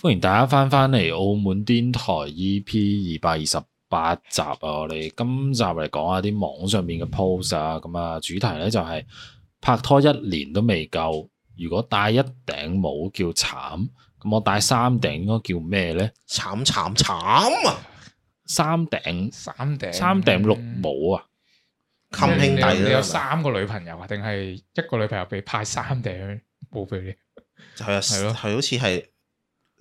歡迎大家翻返嚟澳門癲台 EP 二百二十八集啊！我哋今集嚟講下啲網上面嘅 post 啊，咁啊主題咧就係、拍拖一年都未夠，如果戴一頂帽叫慘，咁我戴三頂應該叫咩咧？慘慘慘啊！三頂三頂三頂綠帽啊！襟兄弟啊你有你啦有，三個女朋友啊？定係一個女朋友被派三頂冇俾你？係啊，係係咯好似係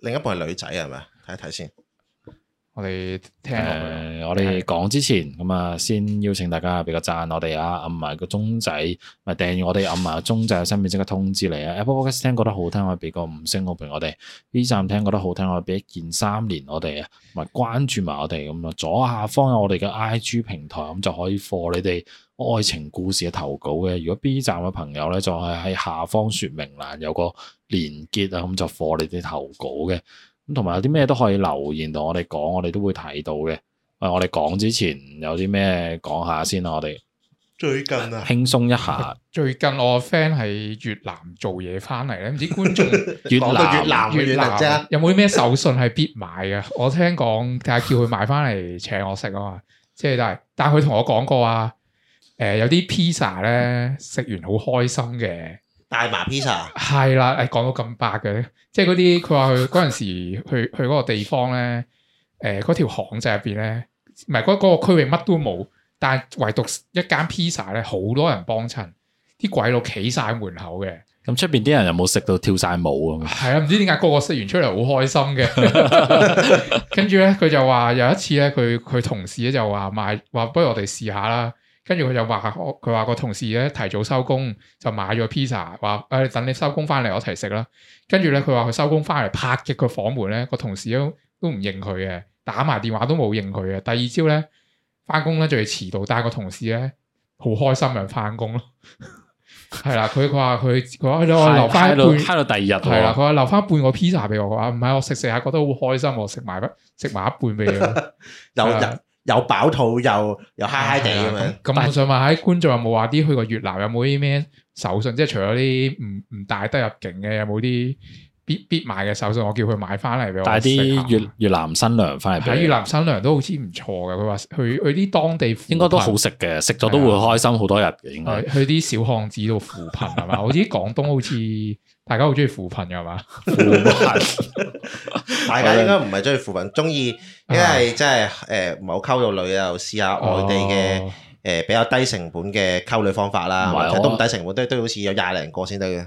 另一部係女仔係咪啊？睇一睇先。我哋聽誒、落去啊我哋講之前咁啊，先邀請大家俾個讚我哋啊，按埋個鐘仔，咪訂閱我哋，按埋個鐘仔有新片即刻通知你啊。Apple Podcast 聽覺得好聽，可以俾個五星好評我哋；B 站聽覺得好聽，可以俾一鍵三連我哋啊，同埋關注埋我哋咁啊。左下方有我哋嘅 IG 平台，咁就可以課你哋。愛情故事嘅投稿嘅，如果 B 站嘅朋友咧，就係喺下方說明欄有個連結啊，咁就課你哋投稿嘅。咁同埋有啲咩都可以留言同我哋講，我哋都會睇到嘅。喂，我哋講之前有啲咩講下先啊？我哋最近啊，輕鬆一下，最近我個 friend 喺越南做嘢翻嚟咧，唔知 觀眾越講到越南南嘅 越越南南啫，有冇啲咩手信係必買嘅？我聽講，但係叫佢買翻嚟請我食啊嘛。即係但係，但係佢同我講過啊，誒、有啲 pizza 咧食完好開心嘅。大麻 pizza 係啦，誒講到咁白嘅，即係嗰啲佢話佢嗰陣時去去嗰個地方咧，誒嗰條巷仔入邊咧，唔係嗰嗰個區域乜都冇，但係唯獨一間 pizza 咧，好多人幫襯，啲鬼佬企晒門口嘅，咁出邊啲人有冇食到跳晒舞咁？係啊，唔知點解個個食完出嚟好開心 嘅，跟住咧佢就話有一次咧，佢佢同事咧就話買話不如我哋試下啦。跟住佢就話我佢話個同事咧提早收工就買咗 pizza，話誒等你收工翻嚟我一齊食啦。跟住咧佢話佢收工翻嚟拍擊個房門咧，個同事都都唔應佢嘅，打埋電話都冇應佢嘅。第二朝咧翻工咧就要遲到，但係個同事咧好開心咁翻工咯。係啦，佢佢話佢佢話我留翻嗨到半嗨到第二日系喎，啦，佢話留翻半個 pizza 俾我，佢話唔係我食食下覺得好開心，我食埋食埋一半俾你。又係又啊又飽肚又又 嗨嗨地咁樣。咁咁我想問下啲觀眾有冇話啲去過越南有冇啲咩手信？即係除咗啲唔唔帶得入境嘅，有冇啲必必買嘅手信？我叫佢買翻嚟俾我帶食下啲越越南新娘翻嚟喺俾越你，南新娘都好似唔錯嘅，佢話去去啲當地扶貧應該都好啊食嘅，食咗都會開心好多日嘅，應該係去啲小巷子度扶貧係嘛？我知廣東好似大家好中意扶貧嘅係嘛？啊 大家應該唔係中意扶貧，中意因為真係誒唔好溝到女啊，又試下外地嘅哦誒比較低成本嘅溝女方法啦，唔係或者我都唔低成本，都都好似有廿零個先得嘅。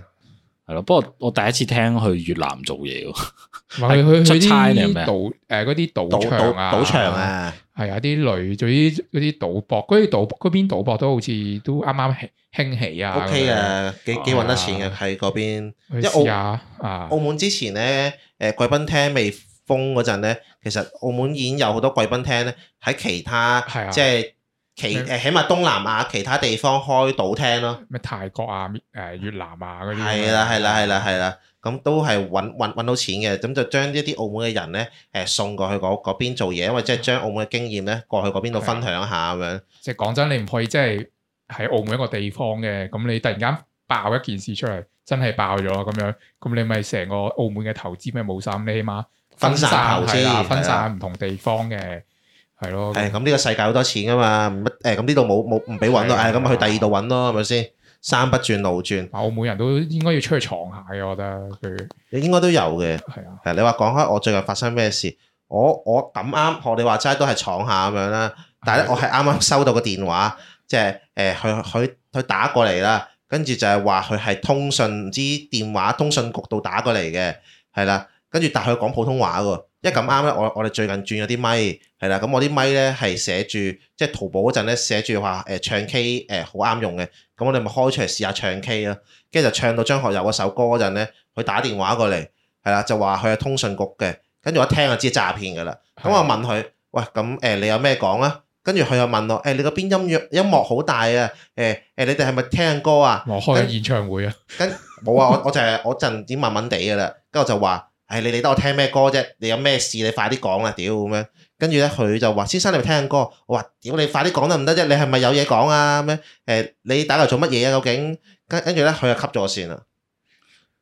係咯。不過我第一次聽去越南做嘢喎，唔係佢出去去差定係啲咩賭誒嗰啲賭賭場賭啊，賭場，啊！係啊啲女，總之嗰啲賭博，嗰啲賭嗰邊賭博都好似都啱啱起興起啊。 O K 啊，幾幾揾得錢嘅啊喺嗰邊。咁樣，因去為澳試下啊澳，門之前咧，誒貴賓廳未封嗰陣咧，其實澳門已經有好多貴賓廳咧喺其他係啊即係其嗯誒起碼東南亞其他地方開賭廳咯。咩泰國啊、誒越南啊嗰啲。係啦，係啦，係啦，係啦，咁都係揾揾揾到錢嘅，咁就將一啲澳門嘅人咧，誒送過去嗰嗰邊做嘢，因為即係將澳門嘅經驗咧過去嗰邊度分享下咁樣。即係講真，你唔可以即係喺澳門一個地方嘅，咁你突然間爆一件事出嚟，真係爆咗咁樣，咁你咪成個澳門嘅投資咪冇晒，咁你起碼分散投資係啦，分係啊散唔同地方嘅，係咯。係咁呢個世界好多錢噶嘛，唔乜誒咁呢度冇冇唔俾揾咯，係誒啊咁去第二度揾咯，係咪先？山不轉路轉，澳門人都應該要出去闖下嘅，我覺得佢你應該都有嘅。係啊，係你話講開，我最近發生咩事？我我咁啱學你話齋都係闖下咁樣啦，但係咧我係啱啱收到個電話，即係誒佢佢佢打過嚟啦，跟住就係話佢係通訊唔知電話通訊局度打過嚟嘅，係啦，跟住但係佢講普通話喎，因為咁啱咧，我我哋最近轉咗啲咪，係啦，咁我啲咪咧係寫住即係淘寶嗰陣咧寫住話誒唱 K 誒好啱用嘅，咁我哋咪開出嚟試下唱 K 咯，跟住就唱到張學友嗰首歌嗰陣咧，佢打電話過嚟。係啦，就話佢係通訊局嘅，跟住我一聽就知詐騙㗎啦。咁我問佢：喂，咁誒、你有咩講啊？跟住佢又問我：誒、你嗰邊音樂音樂好大啊？誒、誒、你哋係咪聽緊歌啊？我開緊演唱會啊，跟冇啊，我我就係、我陣已經問問地㗎啦。跟住我就話：誒、你理得我聽咩歌啫？你有咩事你快啲講啦，屌咁樣。跟住咧佢就話：先生你咪聽緊歌。我話：屌你快啲講得唔得啫？你係咪有嘢講啊？咁樣誒，你打嚟做乜嘢啊？究竟？跟跟住咧佢就吸咗我線啦。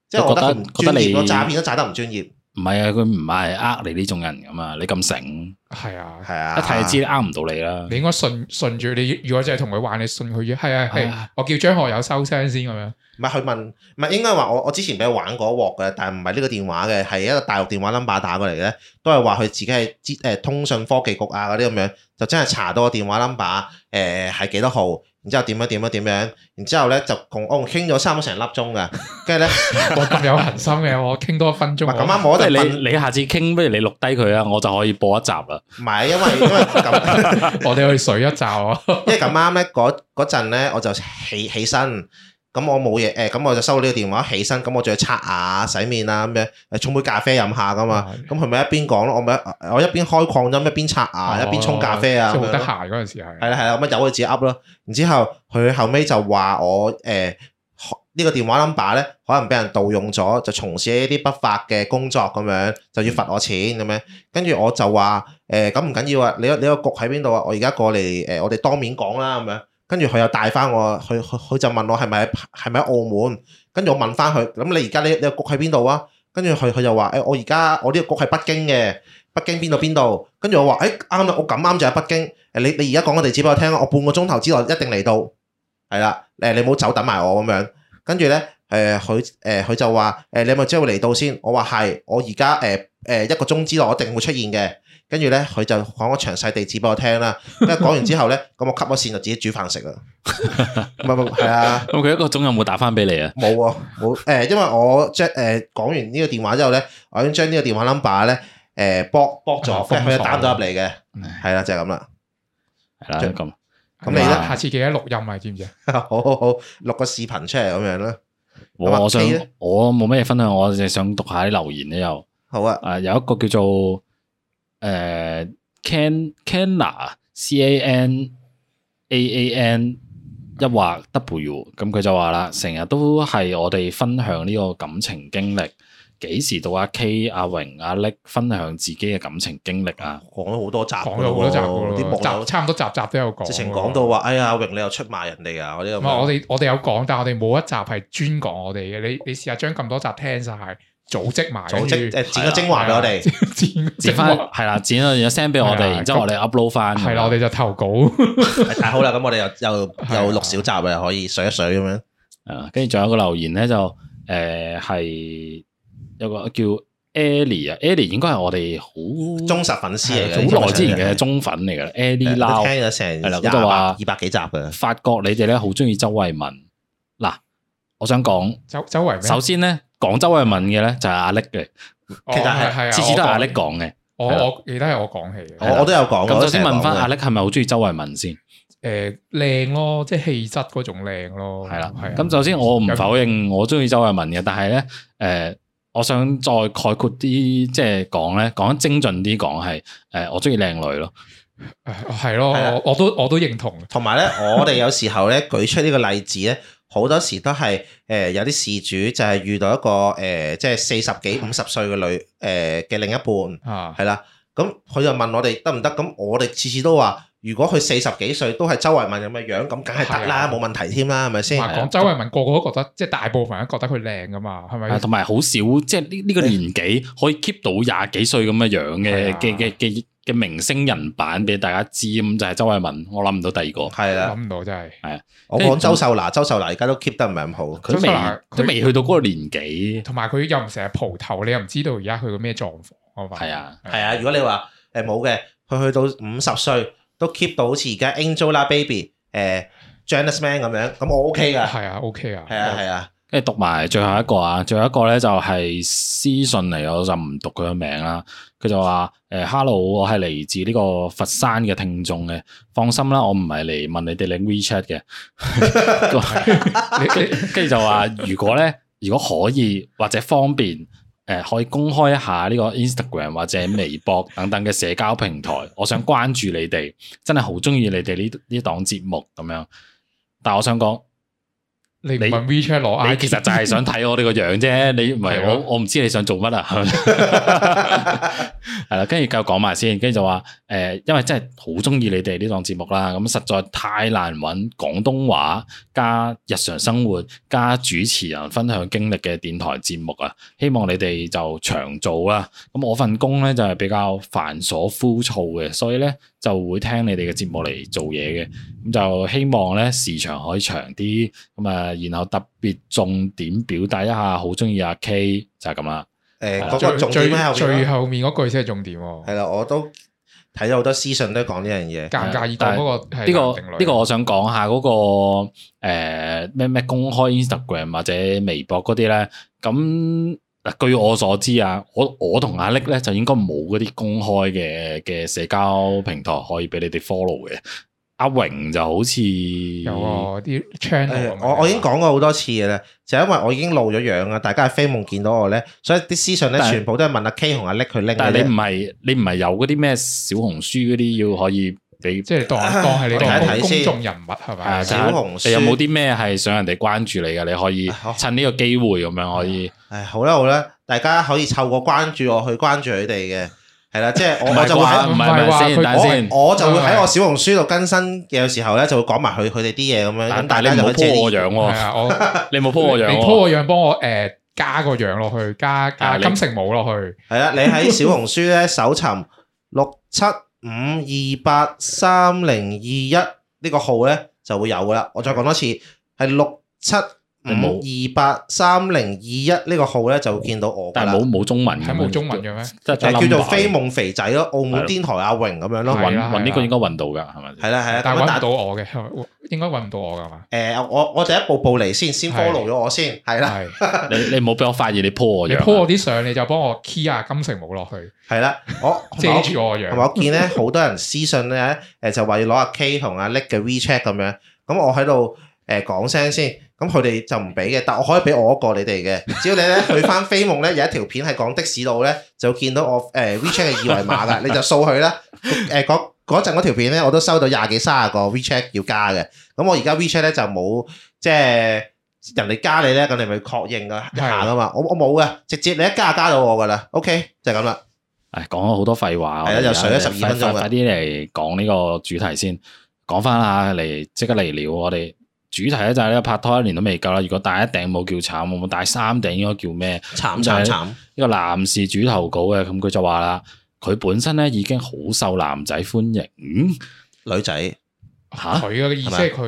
即係我覺得佢唔覺得覺得專你業咯，詐騙都詐得唔專業。唔 係啊，佢唔係呃你呢種人噶嘛，你咁醒，係啊，係啊，一睇就知呃唔到你啦你。應該順順住你，如果真係同佢玩，你信佢啫。係啊，係係啊，我叫張學友收聲先咁 樣。唔係佢問，唔係應該話我我之前俾佢玩過一鑊嘅，但係唔係呢個電話嘅，係一個大陸電話 number 打過嚟嘅，都係話佢自己係知誒通訊科技局啊嗰啲咁樣，就真係查到個電話 number 誒係幾多號，然之後點樣點樣點樣，然之後咧就同我同傾咗差唔多成粒鐘嘅，跟住咧我咁有恒心嘅，我傾多一分鐘。唔係咁啱我我即就係問，你你下次傾，不如你錄低佢啊，我就可以播一集啦。唔係因為因為咁。 我哋去水一罩啊！因為咁啱咧，嗰嗰陣咧我就起起身，咁我冇嘢誒，咁我就收到呢個電話，起身，咁我仲要刷牙、洗面啦咁樣，誒沖杯咖啡飲下噶嘛，咁啊佢咪一邊講咯，我咪我一邊開擴音一邊刷牙，一邊沖咖啡啊哦即咁樣係好得咯，閒嗰陣時係。係啦係啦，咁咪啊由佢自己噏咯，然之後佢後尾就話我誒。呢個電話 number 咧，可能俾人盜用咗，就從事一啲不法嘅工作咁樣，就要罰我錢咁樣。跟住我就話誒咁唔緊要啊，你個你個局喺邊度啊？我而家過嚟誒、我哋當面講啦咁樣。跟住佢又帶翻我，佢佢佢就問我係咪喺係咪喺澳門？跟住我問翻佢，咁你而家你你個局喺邊度啊？跟住佢佢就話誒、我而家我呢個局喺北京嘅，北京邊度邊度？跟住我話誒啱啊啦，我咁啱就喺北京。誒你你而家講個地址俾我聽啊，我半個鐘頭之內一定嚟到。係啦，誒你冇走等埋我咁樣。跟住咧誒佢誒佢就話誒、你係咪即係會嚟到先？我話係，我而家誒誒一個鐘之內我一定會出現嘅。跟住咧佢就講個詳細地址俾我聽啦。跟住講完之後咧， 咁我吸咗線就自己煮飯食啦。唔係唔係係啊。咁佢一個鐘有冇打翻俾你啊？冇啊，冇誒、因為我將誒講完呢個電話之後咧，我已經將呢個電話 number 咧誒 block block 啊咗，嗯跟住佢就打唔到入嚟嘅唉，係啦，就係咁啦。係啦，即係咁咁你咧下次記得錄音啊，知唔知啊？好好好，錄個視頻出嚟咁樣啦。咁啊我我想你呢我冇乜嘢分享，我淨係想讀下啲留言咧又。好啊，啊，有一個叫做诶 Can Canna C A N A A N 一畫 W，咁佢就話啦，成日都係我哋分享呢個感情經歷，幾時到阿 K、阿榮、阿力分享自己嘅感情經歷啊？講咗好多集㗎講咗好多集喎啲噶網咯，友集差唔多集集都有講。直情講到話，哎呀，榮你又出賣人哋啊！嗰啲咁唔係我樣。哋我哋有講，但係我哋冇一集係專講我哋嘅。你你試下將咁多集聽晒，組織埋，組織誒跟住剪個精華俾我哋，剪 剪翻係啦，剪咗然後 send 俾我係哋，啊然之後我哋 upload 翻。係啦，我哋就投 稿。 但係哎好啦，咁我哋又又係啊又錄小集啊，可以水一水咁樣。啊，跟住仲有一個留言咧，就誒係、有個叫 Ellie 啊，Ellie 應該係我哋好忠實粉絲嚟嘅，啊好耐之前嘅中粉嚟嘅，Ellie 都 Lau 啊聽咗成係啦廿咁就話二百幾集嘅。發覺你哋咧好中意周慧敏。嗱，我想講，周周圍咩？首先咧講周慧敏嘅咧就係阿力嘅，哦其實係係啊次次都係我阿講力講嘅。我係啦我記得係我講起嘅。係啦我我都有講，咁首先問翻翻阿力係咪好中意周慧敏先？誒靚咯，即係氣質嗰種靚咯。係啦係啊。咁首先我唔否認我中意周慧敏嘅，但係咧誒，我想再概括啲，即係講咧講得精準啲講係誒，我中意靚女咯。誒係咯，係啊我我都我都認同。同埋咧，我哋有時候咧舉出呢個例子咧，好多時都係誒、呃有啲事主就係遇到一個誒、呃即係四十幾五十歲嘅女誒呃嘅、另一半，係啊，啦。咁佢就問我哋得唔得？咁我哋次次都話，如果佢四十幾歲都係周慧敏咁嘅樣，咁梗係得啦，係啊啊冇問題添啦，係咪同先？埋啊講周慧敏個個都覺得，即係大部分人都覺得佢靚噶嘛，係咪？啊同埋好少，即係呢呢個年紀可以 keep 到廿幾歲咁嘅樣嘅係啊嘅嘅嘅嘅明星人版俾大家知，咁就係周慧敏。我諗唔到第二個，係啦， 諗唔到真係。我講周秀娜，周秀娜而家都 keep 得唔係咁好。佢周秀娜未佢都未去到嗰個年紀，同埋佢又唔成日蒲頭，你又唔知道而家佢個咩狀況啊嘛。係啊，係啊，如果你話誒冇嘅，佢去到五十歲都 keep 到好似而家 Angelababy 誒、Janice Man 咁樣，咁我 OK 㗎。係啊，OK 啊，係啊係啊，跟住讀埋最後一個啊，最後一個咧就係私信嚟，我就唔讀佢嘅名啦。佢就話：誒、h e l l o 我係嚟自呢個佛山嘅聽眾嘅，放心啦，我唔係嚟問你哋領 WeChat 嘅。 你你跟住就話，如果咧，如果可以或者方便，誒、可以公開一下呢個 Instagram 或者微博等等嘅社交平台，我想關注你哋，真係好中意你哋呢呢檔節目咁樣。但我想講，你唔問 WeChat 攞 I 你其實就係想睇我哋個樣啫，你唔係係咯我我唔知你想做乜啊，係啦，跟住繼續講埋先，跟住就話誒、呃因為真係好中意你哋呢檔節目啦，咁實在太難揾廣東話加日常生活加主持人分享經歷嘅電台節目啊，希望你哋就長做啦。咁我份工咧就係比較繁瑣枯燥嘅，所以咧就會聽你哋嘅節目嚟做嘢嘅。咁就希望咧時長可以長啲，咁啊，然後特別重點表達一下好中意阿 K 就係咁啦。誒係啦嗰個重點喺後最最邊咯。後面嗰句先係重點喎。係啦，我都睇咗好多私信都講呢樣嘢。介唔介意講嗰個係呢、男個定女啊呢個我想講下嗰、個誒咩咩公開 Instagram 或者微博嗰啲咧，咁嗱據我所知啊，我我同阿力咧就應該冇嗰啲公開嘅嘅社交平台可以俾你哋 follow 嘅。阿榮就好似係有啊啲誒 channel，哎我我已經講過好多次嘅啦，就因為我已經露咗樣啊，大家喺飛夢見到我咧，所以啲私信咧但係全部都係問阿 K 同阿叻佢拎嘅啫。但係你唔係你唔係有嗰啲咩小紅書嗰啲要可以俾即係當當係你啊我睇一個睇公先眾人物係咪？啊小但係紅書你有冇啲咩係想人哋關注你嘅？你可以好趁呢個機會咁樣可以。唉，好啦好啦，大家可以透過關注我去關注佢哋嘅，係啦，啊即係我唔我係就會啩？喺唔係唔係先，等先。我我就會喺我小紅書度更新嘅時候咧，就會講埋佢佢哋啲嘢咁樣，咁但大但家係你唔就好可以借鋪啲我樣係 喎，啊，我。你冇鋪我樣你鋪喎。個樣幫我誒加個樣落去，加啊加你金城武落去，係啦，你喺小紅書咧搜尋六七五二八三零二一呢個號咧就會有噶啦。我再講多次，係六七五二八三零二一呢個號咧就會見到我㗎但係啦。冇冇中文嘅睇咩冇中文嘅咩？即係誒叫做飛揾夢肥仔咯，澳門癲台阿榮咁樣咯。啊係啦揾呢個應該揾到㗎，係咪先？係啦係啦，但咁係樣揾唔打到我嘅，係咪應該揾唔到我㗎嘛？誒我我就一步步嚟先，先係 follow 咗我先，係啦係，你你唔好俾我發現你鋪我你樣鋪啊。我啲相，你就幫我 key 啊金城武落去，係啦，我遮住我個同樣。埋我見咧好多人私信咧，誒就話要攞阿 K 同阿 Nick 嘅 WeChat 咁樣，咁我喺度誒講聲先，咁佢哋就唔俾嘅，但我可以俾我一個你哋嘅，只要你咧去翻飛夢咧有一條片係講的士路咧，就見到我誒 WeChat 嘅二維碼啦，你就掃佢啦，誒嗰嗰陣嗰條片咧我都收到廿幾卅個 WeChat 要加嘅，咁我而家 WeChat 咧就冇即係。人哋加你咧，咁你咪確認噶一下噶嘛？我我冇嘅，直接你一加就加到我噶啦，OK 就係咁啦。唉，講咗好多廢話。係啦啊我哋又水咗12快分鐘啊啦快快啲嚟講呢個主題先，講翻啦，嚟即刻嚟了。我哋主題咧就係呢個拍拖一年都未夠啦。如果戴一頂帽叫慘，我冇戴三頂應該叫咩？慘就係慘慘！一個男事主投稿嘅，咁佢就話啦，佢本身咧已經好受男仔歡迎。嗯女仔嚇佢嘅意思係佢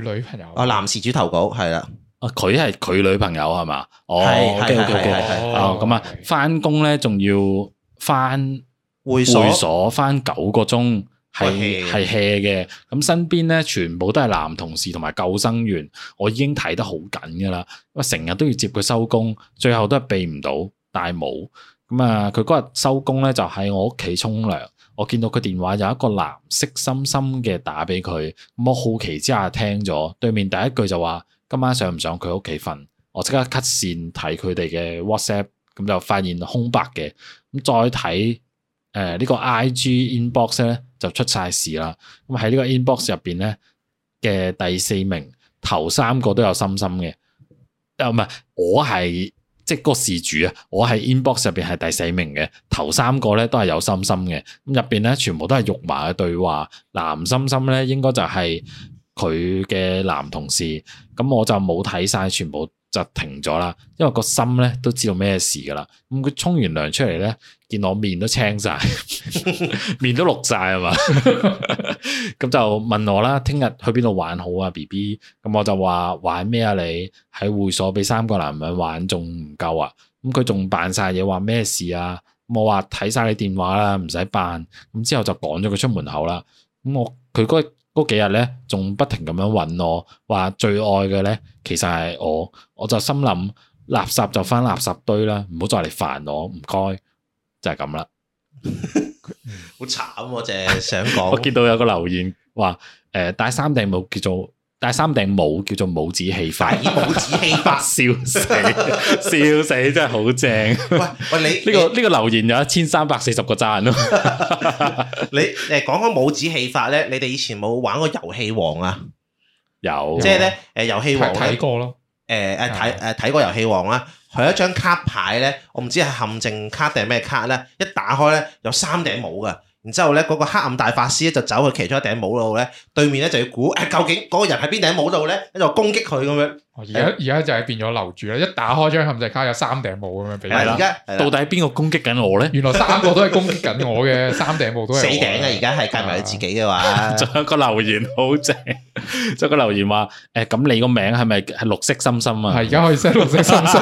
女朋友。啊，男事主投稿係啦，啊，佢係佢女朋友係嘛？哦係，OK 係 OK 係 OK，係係哦咁啊，翻工咧仲要翻會所會所翻九個鐘，係喂係 hea 嘅。咁身邊咧全部都係男同事同埋救生員，我已經睇得好緊噶啦。咁啊成日都要接佢收工，最後都係避唔到戴帽。咁啊，佢嗰日收工咧就喺我屋企沖涼，我見到佢電話有一個藍色心心嘅打俾佢，咁我好奇之下聽咗，對面第一句就話今晚上唔上佢屋企瞓。我即刻 cut 線睇佢哋嘅 WhatsApp，咁就發現空白嘅。咁再睇呃誒呢個 IG inbox 咧，就出晒事啦。咁喺呢個 inbox 入邊咧嘅第四名，頭三個都有心心嘅。啊，唔係，我係即係個事主啊，我係 inbox 入邊係第四名嘅，頭三個咧都係有心心嘅。咁入邊咧全部都係肉麻嘅對話，男心心咧應該就係佢嘅男同事。咁我就冇睇晒全部就停咗啦，因為個心咧都知道咩事噶啦。咁佢沖完涼出嚟咧，見我面都青晒， 面都綠晒啊嘛。 咁就問我啦，聽日去邊度玩好啊，B B？咁我就話玩咩啊你？喺會所俾三個男人玩仲唔夠啊？咁佢仲扮晒嘢，話咩事啊？咁我話睇晒你電話啦，唔使扮。咁之後就趕咗佢出門口啦。咁我佢嗰嗰幾日咧，仲不停咁樣揾我，話最愛嘅咧，其實係我。我就心諗，垃圾就翻垃圾堆啦，唔好再嚟煩我，唔該，就係咁啦。好慘我淨係想講，我見到有個留言話，誒、戴三頂帽叫做戴三頂帽叫做帽子戲法，，大帽子戲 法笑死，笑死，真係好正。喂呢、喂你個呢、個留言有一千三百四十個讚咯。你誒講開帽子戲法咧，你哋以前冇玩過遊戲王啊？有，即係咧誒遊戲王睇咧睇。過咯，誒誒睇誒睇過遊戲王啦，佢有一張卡牌咧，我唔知係陷阱卡定係咩卡咧，一打開咧有三頂帽噶，然之後咧嗰個黑暗大法師咧就走去其中一頂帽度咧，對面咧就要估誒究竟嗰個人喺邊頂帽度咧，喺度攻擊佢咁樣。哦而家而家就係變咗留住啦，一打開張陷阱卡有三頂帽咁樣俾係你係啦，啦而家係到啦底邊個攻擊緊我咧？原來三個都係攻擊緊 我嘅，三頂帽都係我死頂啊！而家係計埋你自己嘅話，仲有一 個留言好正，仲有一個留言話：誒咁你個名係咪係綠色心心係啊？而家可以 set 綠色心心，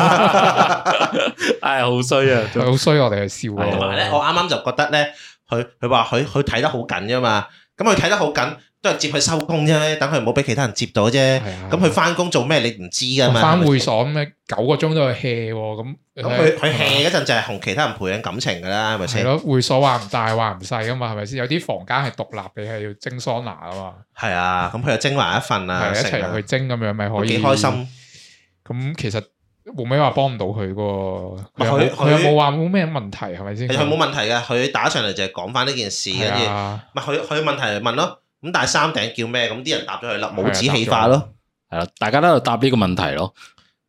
唉，好衰啊！係好衰我哋係笑係 同埋咧，我喎。啱啱就覺得咧，佢佢話佢佢睇得好緊啫嘛，咁佢睇得好緊都係接佢收工啫，等佢唔好俾其他人接到啫。係啊咁佢翻工做咩你唔知噶我嘛？翻會所咩九個鐘都去 hea 喎，咁咁佢佢 hea 嗰陣就係同其他人培養感情噶啦，係咪係先？咯，會所話唔大話唔細噶嘛，係咪先？有啲房間係獨立，你係要蒸桑拿啊嘛，係啊，咁佢又蒸埋一份啊，係一食齊啊入去蒸咁樣咪可都以。幾開心。咁其實冇咩話幫唔到佢嘅喎，咪佢又冇佢佢又冇話冇咩問題係咪先？其實佢冇問題嘅，佢打上嚟就係講翻呢件事，跟係住啊，咪佢佢問題嚟問咯。咁但係三頂叫咩？咁啲人答咗佢啦，帽子戲法咯。係啦，大家都喺度答呢個問題咯，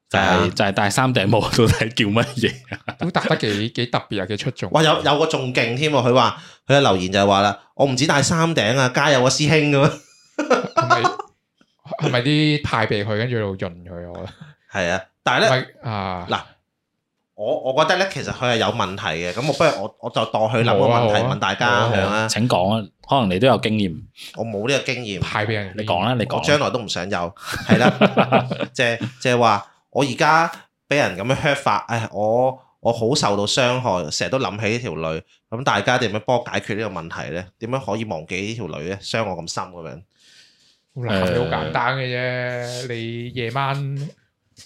就係啊係就係戴三頂帽到底叫乜嘢？都答 得幾幾特別啊，幾出眾。哇！有有個仲勁添喎，佢話佢嘅留言就係話啦，我唔止戴三頂啊，加油啊師兄咁樣。係咪係咪啲派俾佢，跟住喺度潤 佢？我覺係啊，但係得咧，咪啊，嗱，我我覺得咧，其實佢係有問題嘅。咁我不如我我就當佢諗個冇啊問題冇啊問大家咁樣啊。請講啊，可能你都有經驗，我冇呢個經驗。派俾人你講啦，你我講將啦。來都唔想有，係 啦，即係即係話我而家俾人咁樣 hurt 法，唉，我我好受到傷害，成日都諗起呢條女。咁大家點樣幫我解決呢個問題咧？點樣可以忘記呢條女咧？傷我咁深咁樣，好難，你好簡單嘅啫。你夜晚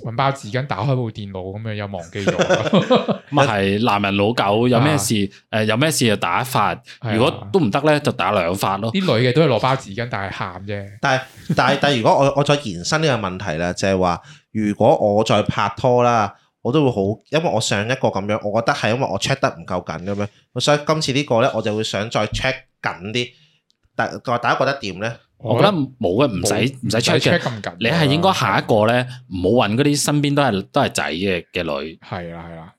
揾包紙巾打開部電腦咁樣，又忘記 咗。咁啊係男人老狗，有咩事啊誒有咩事就打一發，係啊如果都唔得咧就打兩發咯。啲女嘅都係攞包紙巾，但係喊啫。但係但係如果我我再延伸呢個問題啦，就係話如果我再拍拖啦。我都會好，因為我上一個咁樣，我覺得係因為我 check 得唔夠緊咁樣，咁所以今次呢個咧，我就會想再 check 緊啲。但大家覺得點咧？我覺得冇嘅，唔使唔使 check 嘅 check，咁緊。你係應該下一個咧，唔好揾嗰啲身邊都係都係仔嘅嘅女。係啦係啦，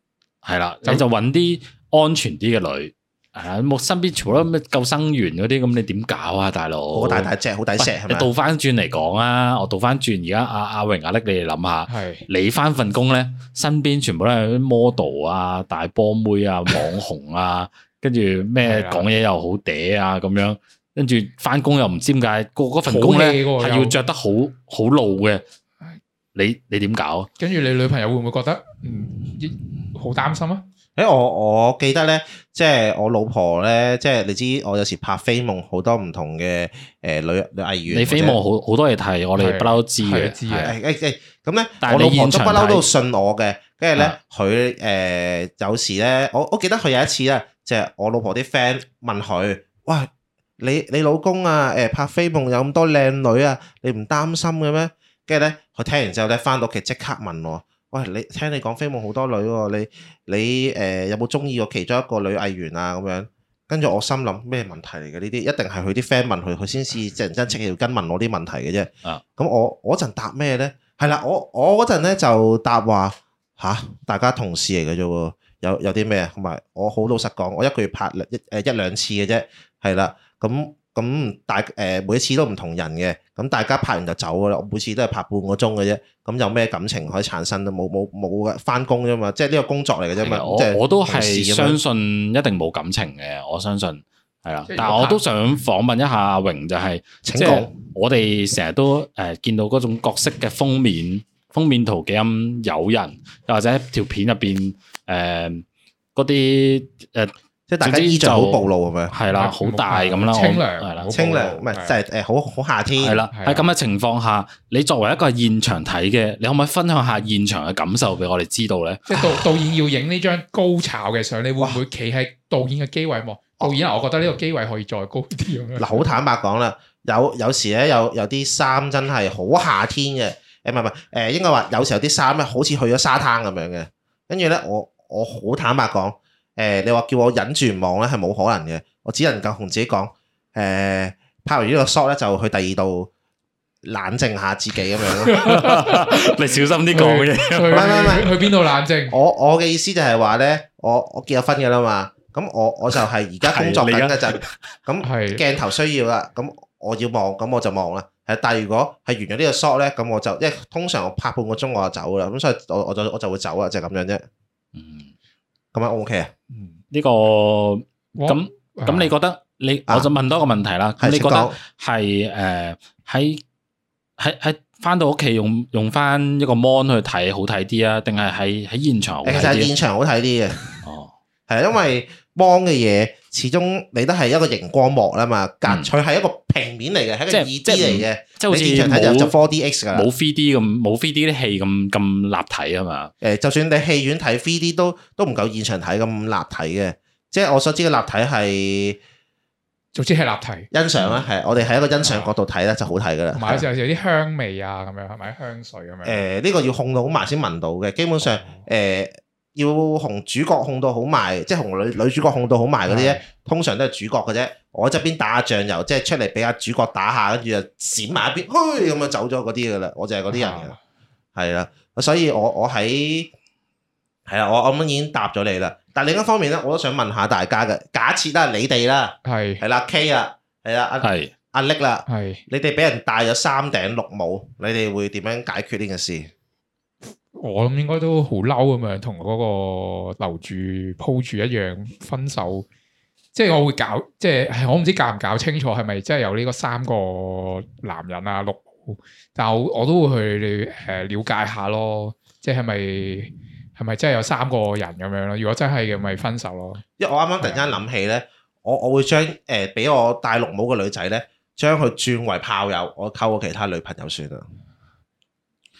系啦，就你就揾啲安全啲嘅女，系啦，冇身邊全部都咩救生員嗰啲，咁你點搞啊，大佬？我大大隻，好抵喂錫係你啊咪？倒翻轉嚟講啊，我倒翻轉，而家阿阿榮阿叻，你哋諗下，係你翻份工咧，身邊全部都係啲 model 啊、大波妹啊、網紅啊， 跟住咩係啊講嘢又好嗲啊咁樣，跟住翻工又唔知點解，個嗰份工好咧 hea 喎係又要着得好好露嘅，你你點搞啊？跟住你女朋友會唔會覺得嗯一好擔心啊？誒我我記得咧，即係我老婆咧，即係你知我有時拍飛夢好多唔同嘅誒、呃女女藝員。你飛夢好好多嘢睇，我哋係不嬲知係嘅，知嘅係啊誒誒誒，咁咧、但係我你老婆現都場不嬲睇都信我嘅，跟住咧啊佢誒有時咧，我我記得佢有一次咧，即係我老婆啲 friend 問佢，哇，你你老公啊誒、拍飛夢有咁多靚女啊，你唔擔心嘅咩？跟住咧，佢聽完之後咧，翻到屋企即刻問我。喂，你聽你講飛夢好多女喎，你你誒、有冇中意過其中一個女藝員啊？咁樣，跟住我心諗咩問題嚟嘅呢啲？一定係佢啲 friend 問佢，佢先至認真戚要跟問我啲問題嘅啫。啊咁我我嗰陣答咩咧？係啦，我我嗰陣咧就答話吓，大家同事嚟嘅啫喎，有有啲咩啊？同埋我好老實講，我一個月拍兩一呃誒一兩次嘅啫，係啦，咁。咁大誒、每一次都唔同人嘅，咁大家拍完就走噶啦。我每次都係拍半個鐘嘅啫，咁有咩感情可以產生都冇冇冇嘅，翻工啫嘛，即係呢個工作嚟嘅啫嘛。即係啊我我都同事係咁樣相信一定冇感情嘅，我相信係啦即係。但有係我拍都想訪問一下阿榮，就係請即係講我哋成日都誒見到嗰種角色嘅封面，封面圖幾咁誘人，又或者條片入邊誒嗰啲誒即係大家總之衣着好就暴露咁樣，係啦，好大咁啦，我清涼係啦。好清暴涼露唔係係即係誒好好夏天。係啦，係喺啦咁嘅情況下，你作為一個現場睇嘅，你可唔可以分享下現場嘅感受俾我哋知道咧？即係啊導導演要影呢張高潮嘅相，你會唔會企喺導演嘅機位望？導演啊，我覺得呢個機位可以再高啲咁樣。哦嗱，好坦白講啦，有有時咧有有啲衫真係好夏天嘅，誒唔係唔係誒，應該話有時候啲衫咧好似去咗沙灘咁樣嘅，跟住咧我我好坦白講，誒、你話叫我忍住唔望咧係冇可能嘅，我只能夠同自己講，誒、拍完呢個 shot 咧就去第二度冷靜下自己咁 樣咯。 你小心啲講 嘢。去唔係唔係去邊度冷靜？我我嘅意思就係話咧，我我結咗婚㗎啦嘛，咁我我就係而家工作係啊你緊而嗰陣，咁係鏡頭需要啦，咁我要望，咁我就望啦。係，但係如果係完咗呢個 shot 咧，咁我就因為通常我拍半個鐘我就走啦，咁所以我我就我就會走啦，就係咁樣啫。嗯咁樣 O 唔 OK 啊？嗯呢個咁咁咁，你覺得你啊我就問多個問題啦。咁係你請覺講得係誒喺喺喺翻到屋企用用翻一個 mon 去睇好睇啲啊？定係喺喺現場好誒睇其實係啲現啊？場好睇啲嘅，哦，係因為芒嘅嘢始終你都係一個熒光幕啦嘛，隔嗯佢係一個平面嚟嘅，係一個二即 D 係即係唔嚟嘅，即係好似你現場睇就就冇 4DX 㗎啦。冇 3D 咁冇 3D 啲戲咁咁立體啊嘛。誒，就算你戲院睇 3D 都都唔夠現場睇咁立體嘅，即係我所知嘅立體係總之係立欣賞啦，嗯係我哋喺一個欣賞角度睇咧就好睇噶體，啦同。埋有時候有啲香味啊，咁樣係咪香水咁樣？誒呃呢個要控到好埋先聞到嘅，基本哦上誒要紅主角控到好埋，即係紅女女主角控到好埋嗰啲咧，通常都係主角嘅啫。我側邊打下醬油，即係出嚟俾阿主角打下，跟住就閃埋一邊，嘿咁樣走咗嗰啲噶啦，我就係嗰啲人嘅。係啦，所以我我喺係啦，我我啱啱已經答咗你啦。但另一方面咧，我都想問下大家嘅，假設啦，你哋啦，係係啦 K 啦，係啦阿係阿力啦，係你哋俾人戴咗三頂綠帽，你哋會點樣解決呢件事？我諗應該都好嬲咁樣，同嗰個樓主鋪住一樣分手。即係我會搞，即係唉我唔知搞唔搞清楚係咪真係有呢個三個男人啊六個，但係我我都會去誒、呃了解下咯，即係係咪係咪真係有三個人咁樣咯？如果真係嘅，咪分手咯。因為我啱啱突然間諗起咧，我我會將誒俾我戴綠帽嘅女仔咧，將佢轉為炮友，我溝我其他女朋友算啦。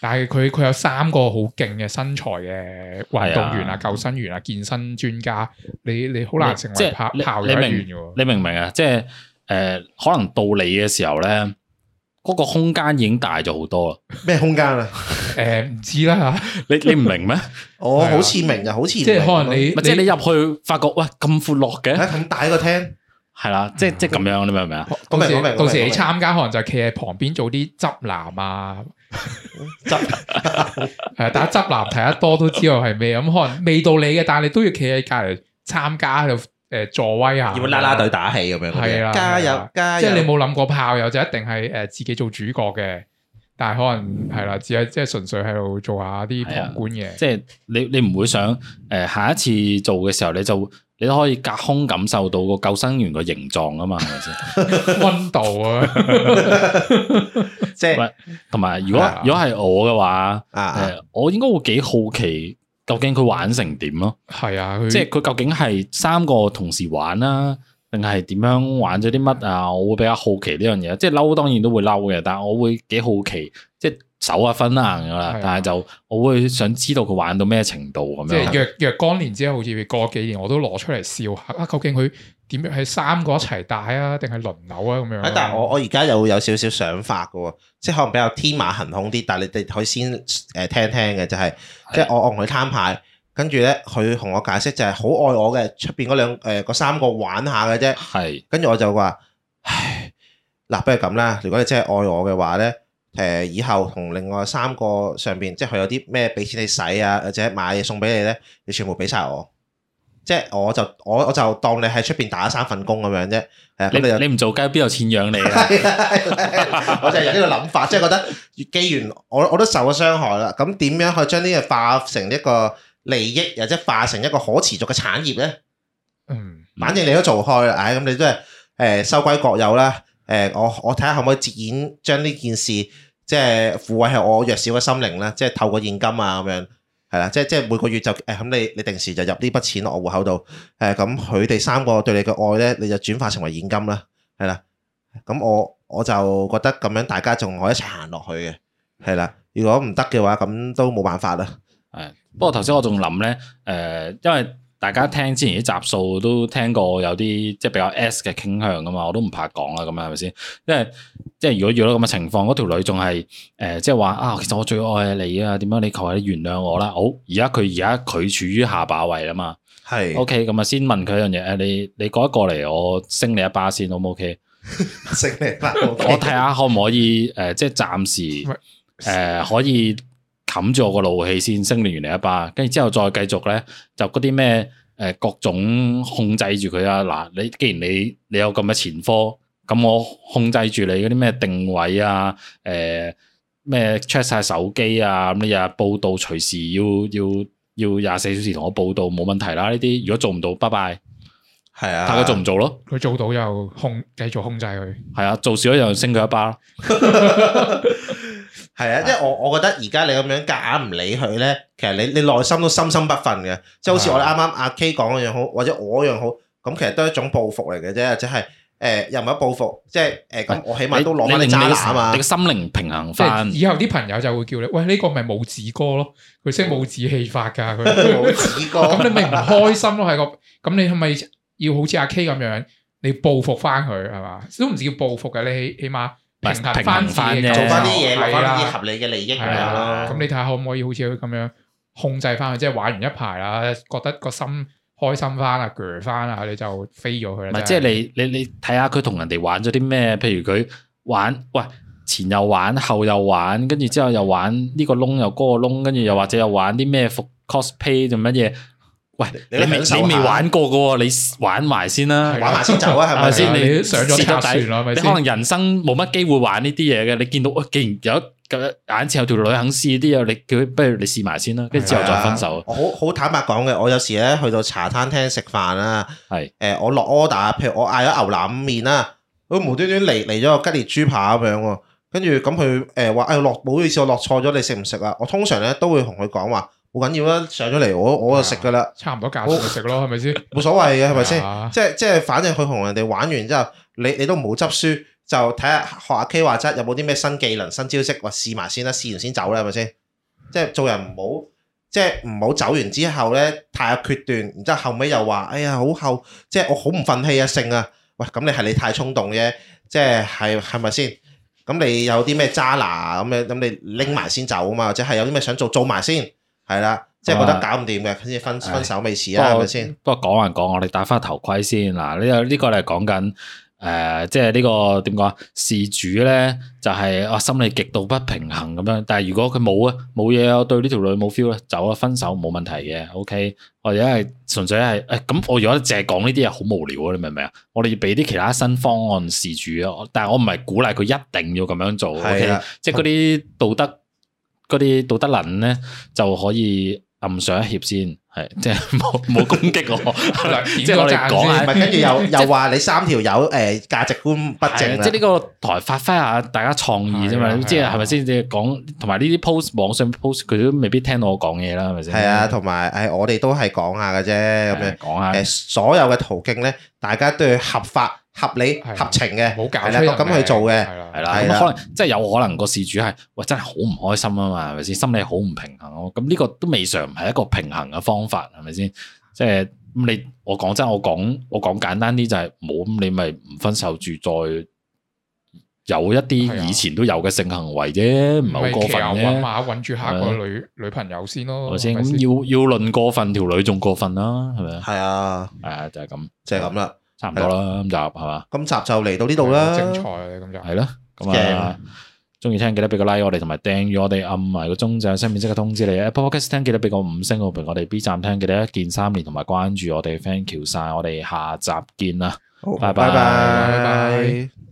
但係佢佢有三個好勁嘅身材嘅運動員係啊、啊救生員啊、健身專家，你你好難成即為係炮你炮友你一明員嘅喎。你明唔明啊？即係誒、呃可能到你嘅時候咧，嗰、個空間已經大咗好 多啦。咩空間 啊？誒唔知啦嚇。你你唔明咩？我好似明啊嘅，好似唔明即係可能你咪即係你入去發覺，喂咁闊落嘅，啊咁大一個廳，係啦，即係即係咁樣，你明唔明啊？我到明我時明到時我你明參加可能就企喺旁邊做啲執男啊，執誒， 但係執男睇得多都知道係咩咁，可能未到你嘅，但係你都要企喺隔離參加喺度誒助威下，要啦啦隊打氣咁樣嗰啲，啊係啦加係油啦加即油！係你冇諗過炮友就一定係誒自己做主角嘅，但係可能係啦，只係即係純粹喺度做下啲旁觀嘅，即係你你唔會想誒、呃下一次做嘅時候，你就你都可以隔空感受到個救生員個形狀啊嘛，係咪先？温度啊，即係喂同埋如果係啊如果係我嘅話，啊誒、啊，我應該會幾好奇究竟佢玩成點咯。係啊，佢即係佢究竟係三個同時玩啦、定係點樣玩咗啲乜啊？我會比較好奇呢樣嘢，即係嬲當然都會嬲嘅，但係我會幾好奇，即係手啊分硬噶係啊啦，但係就我會想知道佢玩到咩程度咁即係樣。若若干年之後，好似過幾年我都攞出嚟笑下啊，究竟佢點樣係三個一齊戴啊，定係輪流啊咁樣？但係我我而家又會有少少想法嘅喎，即係可能比較天馬行空啲，但係你哋可以先誒聽聽嘅就係，即係我我同佢攤牌，跟住咧佢同我解釋就係好愛我嘅，出邊嗰兩誒嗰三個玩下嘅啫，係跟住我就話，唉，嗱，不如咁啦，如果你真係愛我嘅話咧。誒以後同另外三個上邊，即係佢有啲咩俾錢你使啊，或者買嘢送俾你咧，你全部俾晒我，即係我就我我就當你喺出邊打三份工咁樣啫。係啊，咁你就你你唔做雞邊有錢養你啊？係啊係啊 我就係有呢個諗法，即係覺得既然我我都受咗傷害啦，咁點樣去將呢嘢化成一個利益，又或者化成一個可持續嘅產業咧？嗯，反正你都做開啦，唉、咁你都係誒、收歸國有啦。誒、我我睇下可唔可以接演將呢件事，即係撫慰係我弱小嘅心靈啦，即係透過現金啊咁樣，係啦，即係即係每個月就誒咁、你你定時就入呢筆錢落我戶口度，誒咁佢哋三個對你嘅愛咧，你就轉化成為現金啦，係啦，咁我我就覺得咁樣大家仲可以一齊行落去嘅，係啦，如果唔得嘅話，咁都冇辦法啦，係。不過頭先我仲諗咧，誒、因為大家聽之前啲集數都聽過有啲即係比較 S 嘅傾向噶嘛，我都唔怕講啦，咁樣係咪先？因為即係如果遇到咁嘅情況，嗰條女仲係誒，即係話啊，其實我最愛你啊，點樣你求下你原諒我啦。好，而家佢而家佢處於下把位啦嘛。係呃 O K，咁啊先問佢一樣嘢，誒你你過一過嚟，我升你一巴先，O 唔 O K？勝利啦！我我睇下可唔可以诶、呃即係暫時诶、呃可以冚住我個怒氣先，升練完你一巴，跟住之後再繼續咧，就嗰啲咩诶各種控制住佢啊！嗱，你既然你你有咁嘅前科，咁我控制住你嗰啲咩定位啊，诶、咩 check 晒手機啊，咁你日日報道隨時要要。要廿四小時同我報道冇問題啦，呢啲如果做唔到，拜拜。係啊，睇佢做唔做咯，佢做到又控繼續控制佢。係啊，做少一樣升佢一巴咯。係啊啊，即係我我覺得而家你咁樣夾硬唔理佢咧，其實你你內心都深深不忿嘅，即係啊好似我哋啱啱阿 K 講嗰樣好，或者我嗰樣好，咁其實都係一種報復嚟嘅啫，即係誒又唔係報復，即係誒咁我起碼都攞翻你渣男啊嘛你個，心靈平衡即係翻。以後啲朋友就會叫你，喂呢、個咪拇指哥咯，佢識哦拇指戲法㗎 佢。冇子 哥，咁你咪唔開心咯，係個咁你係咪要好似阿 K 咁樣，你報復翻佢係嘛？都唔止叫報復嘅，你起起碼平衡平衡翻返啫做翻啲嘢，啊攞係翻啲啦，合理嘅利益咁係樣啊。咯咁。你睇下可唔可以好似佢咁樣控制翻佢，即係玩完一排啦，覺得個心開心翻啊，鋸翻啊，你就飛咗佢唔啦。係即係你你你睇下佢同人哋玩咗啲咩？譬如佢玩喂前又玩後又玩，跟住之後又玩呢個窿又嗰個窿，跟住又或者又玩啲咩服 cosplay 定乜嘢？喂，你你都未享受你未下玩過嘅喎，你玩埋先啦係。玩埋先走啊，係係咪咪先先？？你你上咗試賊得底船啦係咪你先可能人生冇乜機會玩呢啲嘢嘅，你見到喂，既然有一咁眼前有條女肯試啲嘢，你叫佢不如你試埋先啦，跟住之後再分手。我好好坦白講嘅，我有時咧去到茶餐廳食飯啦，係誒我落 order，譬如我嗌咗牛腩面啦，佢無端端嚟嚟咗個吉列豬扒咁樣喎，跟住咁佢誒話哎誒落唔好意思，我落錯咗，你食唔食啊？我通常咧都會同佢講話冇緊要啦，上咗嚟我我就食噶啦，差唔多價錢就食咯，係咪先？冇所謂嘅係咪先？啊？即係即係，反正佢同人哋玩完之後，你你都唔好執輸，就睇下學阿 K 話齋有冇啲咩新技能、新招式，話試埋先啦，試完先走啦，係咪先？即係做人唔好，即係唔好走完之後咧太有決斷，然之後後尾又話：哎呀，好後，即係我好唔憤氣啊，性啊！喂，咁你係你太衝動啫，即係係係咪先？咁你有啲咩渣拿咁樣，咁你拎埋先走啊嘛，或者係有啲咩想做做埋先，係啦，即係覺得搞唔掂嘅，跟住分分手未遲啊，係咪先？不過講還講，我哋戴翻頭盔先嗱。呢個呢個係講緊誒，即係呢個點講啊？事主咧就係、啊心理極度不平衡咁樣，但係如果佢冇啊冇嘢啊，我對呢條女冇 feel 咧，走啊分手冇問題嘅，OK。我而家係純粹係誒咁，我如果淨係講呢啲嘢好無聊啊，你明唔明啊？我哋要俾啲其他新方案事主啊，但係我唔係鼓勵佢一定要咁樣做係啊，OK 啦。。即係嗰啲道德嗰啲道德能咧就可以暗上一協先，係 即係冇冇攻擊我， 即即係我哋講下唔係啊跟住 又又話你三條友誒價值觀不係正啊啦即係呢個台發揮下大家創意啫係嘛啊，即係係啊係咪先？即係講同埋呢啲 post 網上 post 佢都未必聽到我講嘢啦，係咪先？係啊，同埋誒我哋都係講下嘅啫咁係樣啊，講下誒所有嘅途徑咧，大家都要合法、合理、係啊合情嘅，冇搞係啦，咁去做嘅，係係啦，係啦咁可能即係有可能個事主係喂真係好唔開心啊嘛，係咪先？心理好唔平衡咯，咁呢個都未嘗唔係一個平衡嘅方法，係咪先？即係咁你我講真，我講我講簡單啲就係冇咁，你咪唔分手住再。有一係啲啊以前都有嘅性行為啫，唔係好過分啫，係揾下揾住下個女女朋友先咯，咪先？啊係咁咪要要論過分，條女仲過分啦，係咪啊？係啊，係啊，就係咁，就係咁啦。差唔多啦，咁就係嘛，今集就嚟到呢度啦，精彩啊！咁就係咯，咁啊，中意聽記得俾個 like 我哋，同埋訂閱我哋，按埋個鐘就有新面即刻通知你。Apple 啊 Podcast 聽記得俾個五星好評，我哋 B 站聽記得一鍵三連，同埋關注我哋 thank you 晒，我哋下集見啦。好拜拜拜拜拜拜。